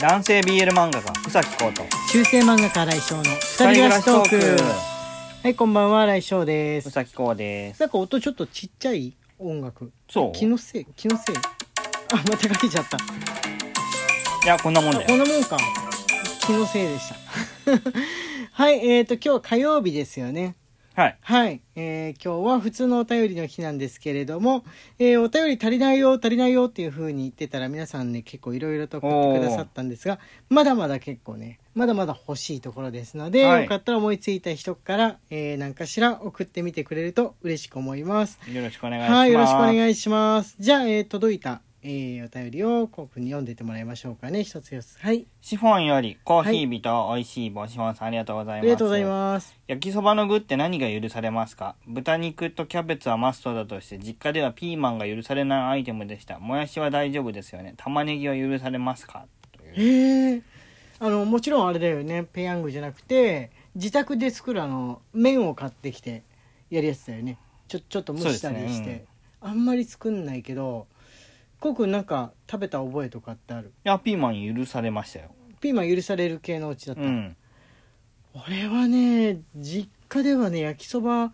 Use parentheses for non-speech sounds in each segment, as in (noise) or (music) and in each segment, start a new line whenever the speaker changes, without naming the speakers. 男性 BL 漫画家宇崎浩と
中世漫画家来翔の二人暮らしトークはいこんばんは来翔で
宇
す
崎浩です
なんか音ちょっとちっちゃい音楽
そう
気のせい気のせい (laughs) あまたかけちゃったあ
いやこんなもんだ
(laughs) こん
よ
なもんか気のせいでした (laughs) はいえーと今日は火曜日ですよね
はい
はい、えー今日は普通のお便りの日なんですけれども、えーお便り足りないよ足りないよっていう風に言ってたら皆さんね結構いろいろと送ってくださったんですがまだまだ結構ねまだまだ欲しいところですので、
はい
よかったら思いついた人から、えー何かしら送ってみてくれると嬉しく思います。
よろしくお願いします
はいよろしくお願いします。じゃあ、えー届いた、えーお便りをこうくんに読んでってもらいましょうかね一つ一つはい
シフォンよりコーヒー日と美味しい棒シフォンさんありがとうござい
あ
ます
りがとうございます。
焼きそばの具って何が許されますか豚肉とキャベツはマストだとして実家ではピーマンが許されないアイテムでしたもやしは大丈夫ですよね玉ねぎは許されますかという
へえあのもちろんあれだよねペヤングじゃなくて自宅で作るあの麺を買ってきてやるやつだよねちょちょっと蒸したり
そう
し
で
て、
すね
あんまり作んないけどコウくんなんか食べた覚えとかってある
いやピーマン許されましたよ
ピーマン許される系のうちだった、
うん
俺はね実家ではね焼きそば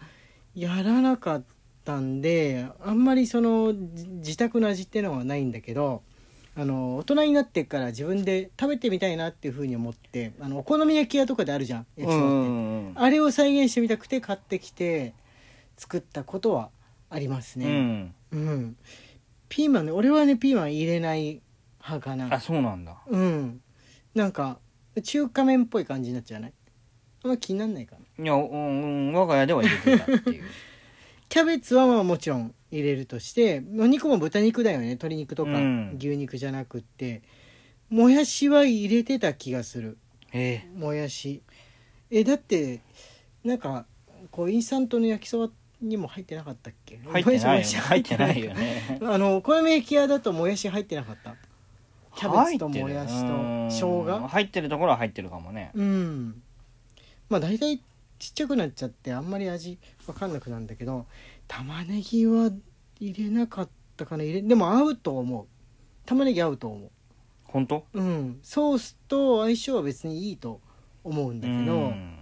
やらなかったんであんまりそのじ自宅の味ってのはないんだけどあの大人になってから自分で食べてみたいなっていうふうに思ってあのお好み焼き屋とかであるじゃん焼
う
きそばって、
ん
あれを再現してみたくて買ってきて作ったことはあります
う
ね
ん
うん、ピーマンね俺はねピーマン入れない派かな
あそうなんだ
うんなんか中華麺っぽい感じになっちゃわないあんま気になんないかない
や、うん、うん我が家では入れてたっていう
キャベツはまあもちろん入れるとしてお肉も豚肉だよね鶏肉とか
うん
牛肉じゃなくって、もやしは入れてた気がする
ええ
もやしえだってなんかこうインスタントの焼きそばにも入ってなかったっけ
入ってない
(laughs) もや
よね
しもや
(laughs)
し
入ってないよね
あのお好み焼き屋だともやし入ってなかったキャベツともやしと
うん
生姜
入ってるところは入ってるかもね
うんまあ大体ちっちゃくなっちゃってあんまり味わかんなくなるんだけど玉ねぎは入れなかったかな入れでも合うと思う玉ねぎ合うと思
本当
ううんソースと相性は別にいいと思うんだけ
う
ど
ん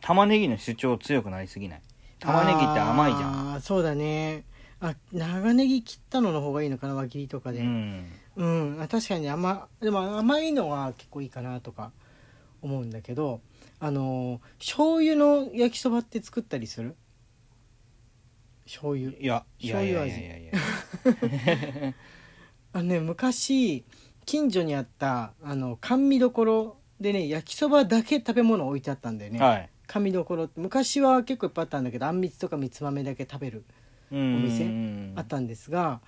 玉ねぎの主張強くなりすぎない玉ねぎって甘いじゃん
んそうだねあ長ネギ切ったのの方がいいのかな輪切りとかで
うん
うん、あ確かに甘でも甘いのは結構いいかなとか思うんだけどあのー醤油の焼きそばって作ったりする醤油
いやいやいやいやいやいや
あのね昔近所にあったあの甘味どころでね焼きそばだけ食べ物置いてあったんだよね、
はい
甘味どころって昔は結構いっぱいあったんだけどあんみつとかみつ豆だけ食べる
お
店あったんですが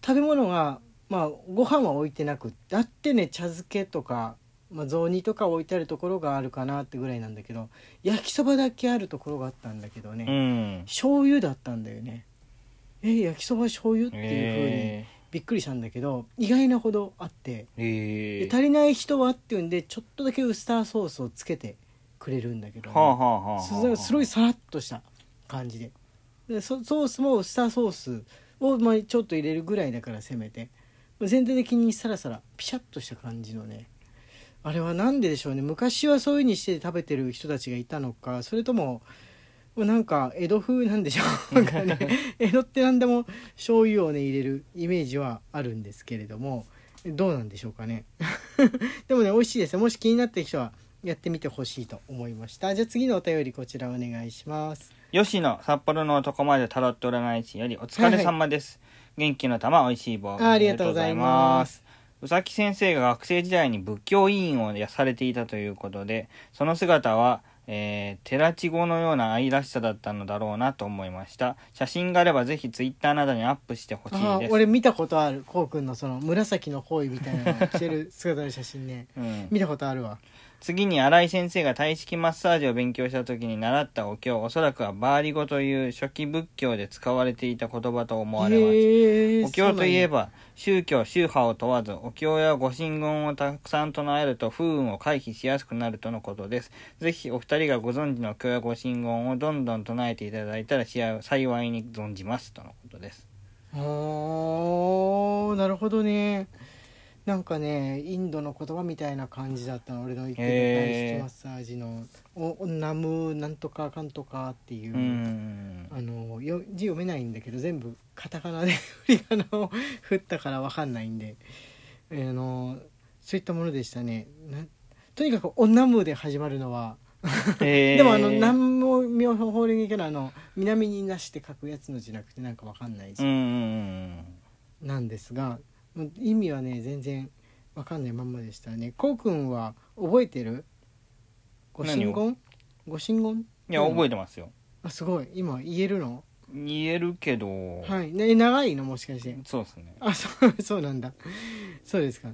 食べ物が、まあ、ご飯は置いてなくってあってね茶漬けとか、まあ、雑煮とか置いてあるところがあるかなってぐらいなんだけど焼きそばだけあるところがあったんだけどね、
うん
醤油だったんだよねえ焼きそば醤油っていう風に
え
びっくりしたんだけど、意外なほどあって、
ーえ
で
ー
足りない人はっていうんでちょっとだけウスターソースをつけてくれるんだけどね、
はあはあはあ
すごいすごいさらっとした感じででソソースもウスターソースをまあちょっと入れるぐらいだからせめて全体的にサラサラピシャッとした感じのねあれは何ででしょうね昔はそういう風にして食べてる人たちがいたのかそれとももうなんか江戸風なんでしょうなんかね江戸って何でも醤油をね入れるイメージはあるんですけれどもどうなんでしょうかね (laughs) でもね美味しいですよもし気になってる人はやってみてほしいと思いましたじゃあ次のお便りこちらお願いします
吉野札幌の男までタロット占い師よりお疲れ様です、元気の玉おいしい棒
あありがとうございます
うさき先生が学生時代に仏教委員をされていたということでその姿は、えー、寺地語のような愛らしさだったのだろうなと思いました写真があればぜひツイッターなどにアップしてほし
あ
いです
俺見たことあるこうくんのその紫の方位みたいなの着てる姿の写真ね (laughs)
うん、
見たことあるわ
次に新井先生が体式マッサージを勉強した時に習ったお経おそらくはバーリ語という初期仏教で使われていた言葉と思われます
え
お経といえば宗教宗派を問わずお経やご神言をたくさん唱えると不運を回避しやすくなるとのことですぜひお二人がご存知のお経やご神言をどんどん唱えていただいたら幸幸いに存じますとのことです
おーなるほどねなんかねインドの言葉みたいな感じだったの俺の言って
へー
る体式マッサージの「おナムなんとかかんとか」っていうう、 (laughs)
ん
あのよ字読めないんだけど全部カタカナで (laughs) 振り仮名を振ったからわかんないんで、あのそういったものでしたね。なとにかく「おナム」で始まるのは
えー
でもあの南無妙法法輪からあの南になしって書くやつのじゃなくてなんかわかんない
うんうん
なんですが、もう意味はね全然わかんないまんまでしたね。こうくんは覚えてる？ご神
何
言？ご神言？
いや覚え
て。
てますよ
あすごい今言えるの？
言えるけど、
はい。ね長いのもしかして。
そうですね
あそう (laughs) そうなんだ。そうですか。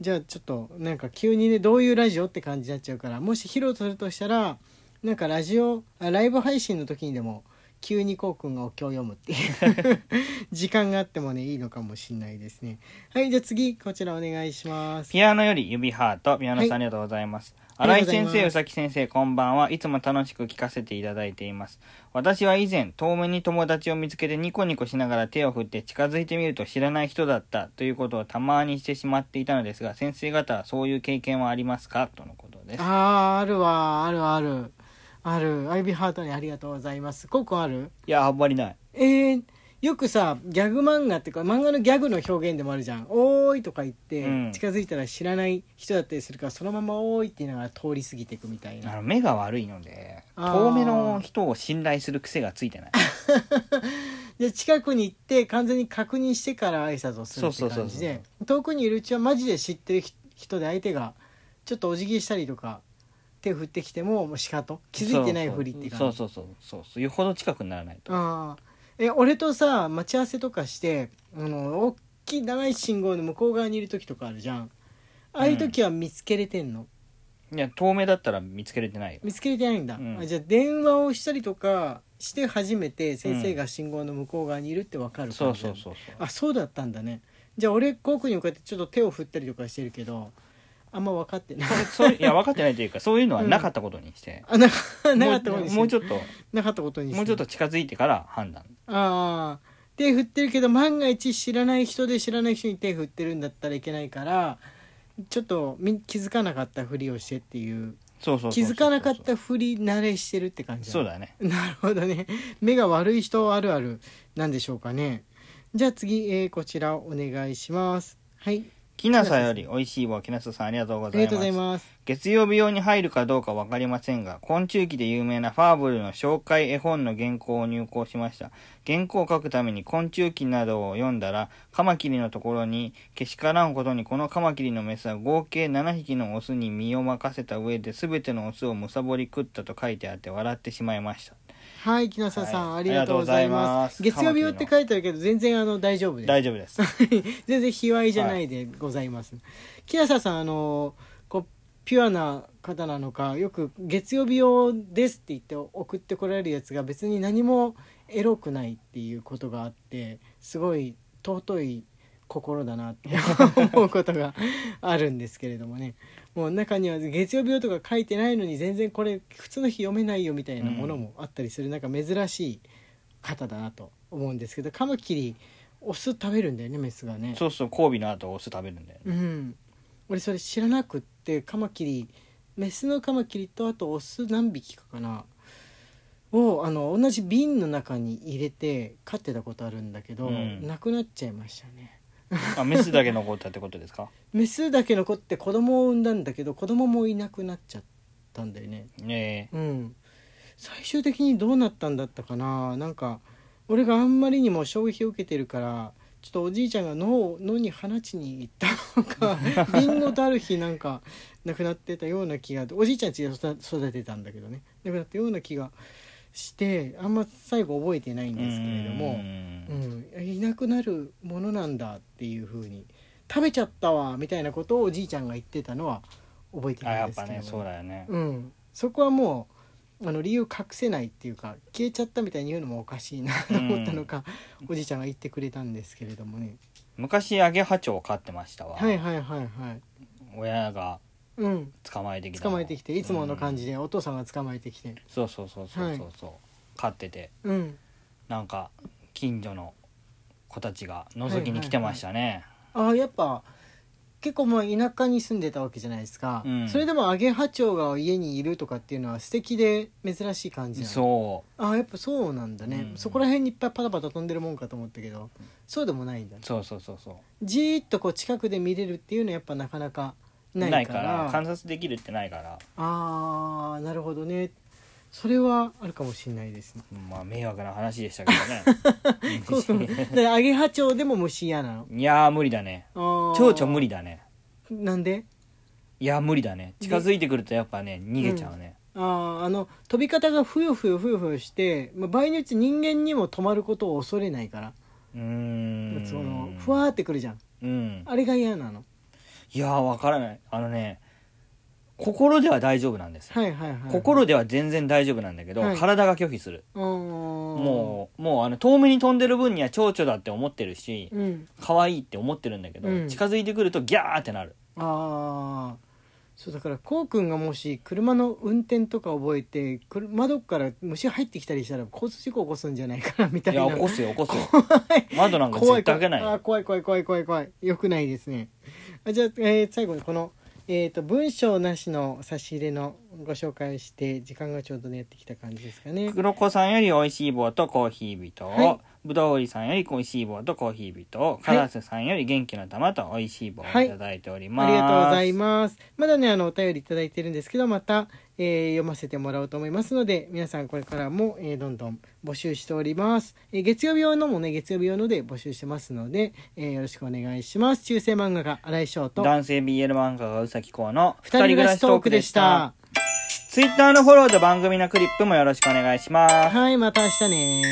じゃあちょっとなんか急にねどういうラジオって感じになっちゃうからもし披露するとしたらなんかラジオあライブ配信の時にでも急にこうくんがお経を読むっていう (laughs) 時間があってもねいいのかもしれないですねはいじゃあ次こちらお願いします
ピアノより指ハートピアノさんありがとうございます、
はいあ
新
りがとうござい
井
ます
先生、宇崎先生、こんばんは。いつも楽しく聞かせていただいています。私は以前、遠目に友達を見つけてニコニコしながら手を振って近づいてみると知らない人だったということをたまにしてしまっていたのですが、先生方はそういう経験はありますかとのことです。
あーあるわあるあるあるアイビーハートにありがとうございますこうくんある
いや、あんまりない。
えーよくさギャグ漫画っていうか漫画のギャグの表現でもあるじゃん「おーい」とか言って、
うん
近づいたら知らない人だったりするからそのまま「おーい」って言いながら通り過ぎていくみたい
あ
な
の目が悪いので、
あー
遠目の人を信頼する癖がついてない。
で近くに行って完全に確認してから挨拶をするって
そうそうそ
感
うそ
じ
う
で遠くにいるうちはマジで知ってる人人で相手がちょっとお辞儀したりとか手振ってきてももうしかと (laughs) 気づいてないふりっていう感じ
そうそうそうそうそう。よほど近くにならないと。
ああえ俺とさ待ち合わせとかしてあの大きい長い信号の向こう側にいる時とかあるじゃんああいう時は見つけれてんの、
いや、遠目だったら見つけれてないよ。
見つけれてないんだ、
うん
あじゃあ電話をしたりとかして初めて先生が信号の向こう側にいるって分かる
そ
感
う
じな
そうそ
の
うそう。
あそうだったんだねじゃあ俺コウ君に向かってちょっと手を振ったりとかしてるけどあんま分かってない
そういや分かってないというかそういうのはなかったことにして、
あなかなかったこと
もう
に
もうち
ょっ
ょっと
となかったことにして
もうちょっと近づいてから判断
ああ手振ってるけど万が一知らない人で知らない人に手振ってるんだったらいけないからちょっとみ気づかなかったふりをしてっていう
そうそうそう
気づかなかっ
そう
たふり慣れしてるって感じ
そうそう
だ
だね
なるほどね目が悪い人あるあるなんでしょうかねじゃあ次、えーこちらお願いしますはい
きなさよりおいしい棒きなささんありがとうご
あ
ざ
り
い
が
ます
とうございます
月曜日用に入るかどうか分かりませんが昆虫記で有名なファーブルの紹介絵本の原稿を入稿しました原稿を書くために昆虫記などを読んだらカマキリのところにけしからんことにこのカマキリのメスは合計7匹のオスに身を任せた上で全てのオスをむさぼり食ったと書いてあって笑ってしまいました
はい木下さん、
はい
ありがとうございます
ありがと
月
うご
曜
ざいます
日用って書いてあるけど全然あの大丈夫で
(laughs)
す
大丈夫です
全然卑猥じゃないでございます、木下さんあのこうピュアな方なのかよく「月曜日用です」って言って送ってこられるやつが別に何もエロくないっていうことがあってすごい尊い心だなって (laughs) 思うことがあるんですけれどもねもう中には月曜日用とか書いてないのに全然これ普通の日読めないよみたいなものもあったりする、なんか珍しい方だなと思うんですけどカマキリオス食べるんだよねメスがね
(laughs) そうそう交尾の後オス食べるんだよね
うん、俺それ知らなくってカマキリメスのカマキリとあとオス何匹かかなをあの同じ瓶の中に入れて飼ってたことあるんだけど、
うん
なくなっちゃいましたね
あメスだけ残ったってこと (laughs) ですか
メスだけ残って子供を産んだんだけど子供もいなくなっちゃったんだよね
ね
うん最終的にどうなったんだったかななんか俺があんまりにも衝撃を受けてるからちょっとおじいちゃんが脳脳に放ちに行ったの
(laughs)
かリンゴとある日なんか亡くなってたような気がおじいちゃんちで育育てたんだけどね亡くなったような気がしてあんま最後覚えてないん
え
ですけれど
う
も、う
ーん
ん、いなくなるものなんだっていう風に食べちゃったわみたいなことをおじいちゃんが言ってたのは覚えて
あ
る
やっ
んです
ぱ
けれども
ねそうだよね
うん、そこはもうあの理由隠せないっていうか消えちゃったみたいに言うのもおかしいなと思ったのか、おじいちゃんが言ってくれたんですけれどもね
昔アゲハチョウを飼ってましたわ、
はいはいはいはい
親が
うん
捕まえてきた
捕まえてきていつもの感
う
じで、お父さんが捕まえてきて
んそうそうそうそうそうそう、飼ってて
うん
なんか近所の子たちが覗きに来てましたね、
ああやっぱ結構まあ田舎に住んでたわけじゃないですか、
うん
それでもアゲハチョウが家にいるとかっていうのは素敵で珍しい感じなの
そ
あやっぱそうなんだね、
うん
そこら辺にいっぱいパタパタ飛んでるもんかと思ったけどそうでもないんだね
うそうそうそうそう
じーっとこう近くで見れるっていうのはやっぱなかなかない
ない
か
からら観察できるってないから、
あーなるほどねそれはあるかもしれないです (laughs) ね
まあ迷惑な話でしたけ
こう
ど
君 (laughs)
ね
でアゲハチョウでも虫嫌なの
いやー無理だね
あー
蝶々無理だね
なんで
いやー無理だね近づいてくるとやっぱね逃げちゃうね、
あーあの飛び方がふよふよふよふよして、まあ、場合によって人間にも止まることを恐れないから
うーん
そのふわーってくるじゃん
うん
あれが嫌なの
いやーわからないあのね心では大丈夫なんですよ、
はいはいはい
心では全然大丈夫なんだけど、
はい
体が拒否する
も
もうもうあの遠目に飛んでる分には蝶々だって思ってるし
うん
可愛いって思ってるんだけど、
うん
近づいてくるとギャーってなる
ああそうだからこうくんがもし車の運転とか覚えてくる窓から虫入ってきたりしたら交通事故起こすんじゃないかなみた
い
い
や
な
起こすよ起こすよ
い
窓なんか
怖
絶
い
対開
怖
け
い
ない
あー
よ
怖い怖い怖い怖い怖いよくないですねあじゃあ、えー最後にこの、えー、と文章なしの差し入れのご紹介をして時間がちょうどねやってきた感じですかね
黒子さんより美味しい棒とコーヒー人を、
はい
ぶどう売りさんより美味しい棒とコーヒー人をカラスさんより元気の玉と美味しい棒をいただいておりま
あ
す、
りがとうございますまだねあのお便りいただいてるんですけどまた、えー読ませてもらおうと思いますので皆さんこれからも、えーどんどん募集しております、えー月曜日用のもね月曜日用ので募集してますので、えーよろしくお願いします中世漫画家新井翔と
男性 BL 漫画がうさきこうの
二人暮らしトークでした
ツイッターのフォローと番組のクリップもよろしくお願いします
はいまた明日ね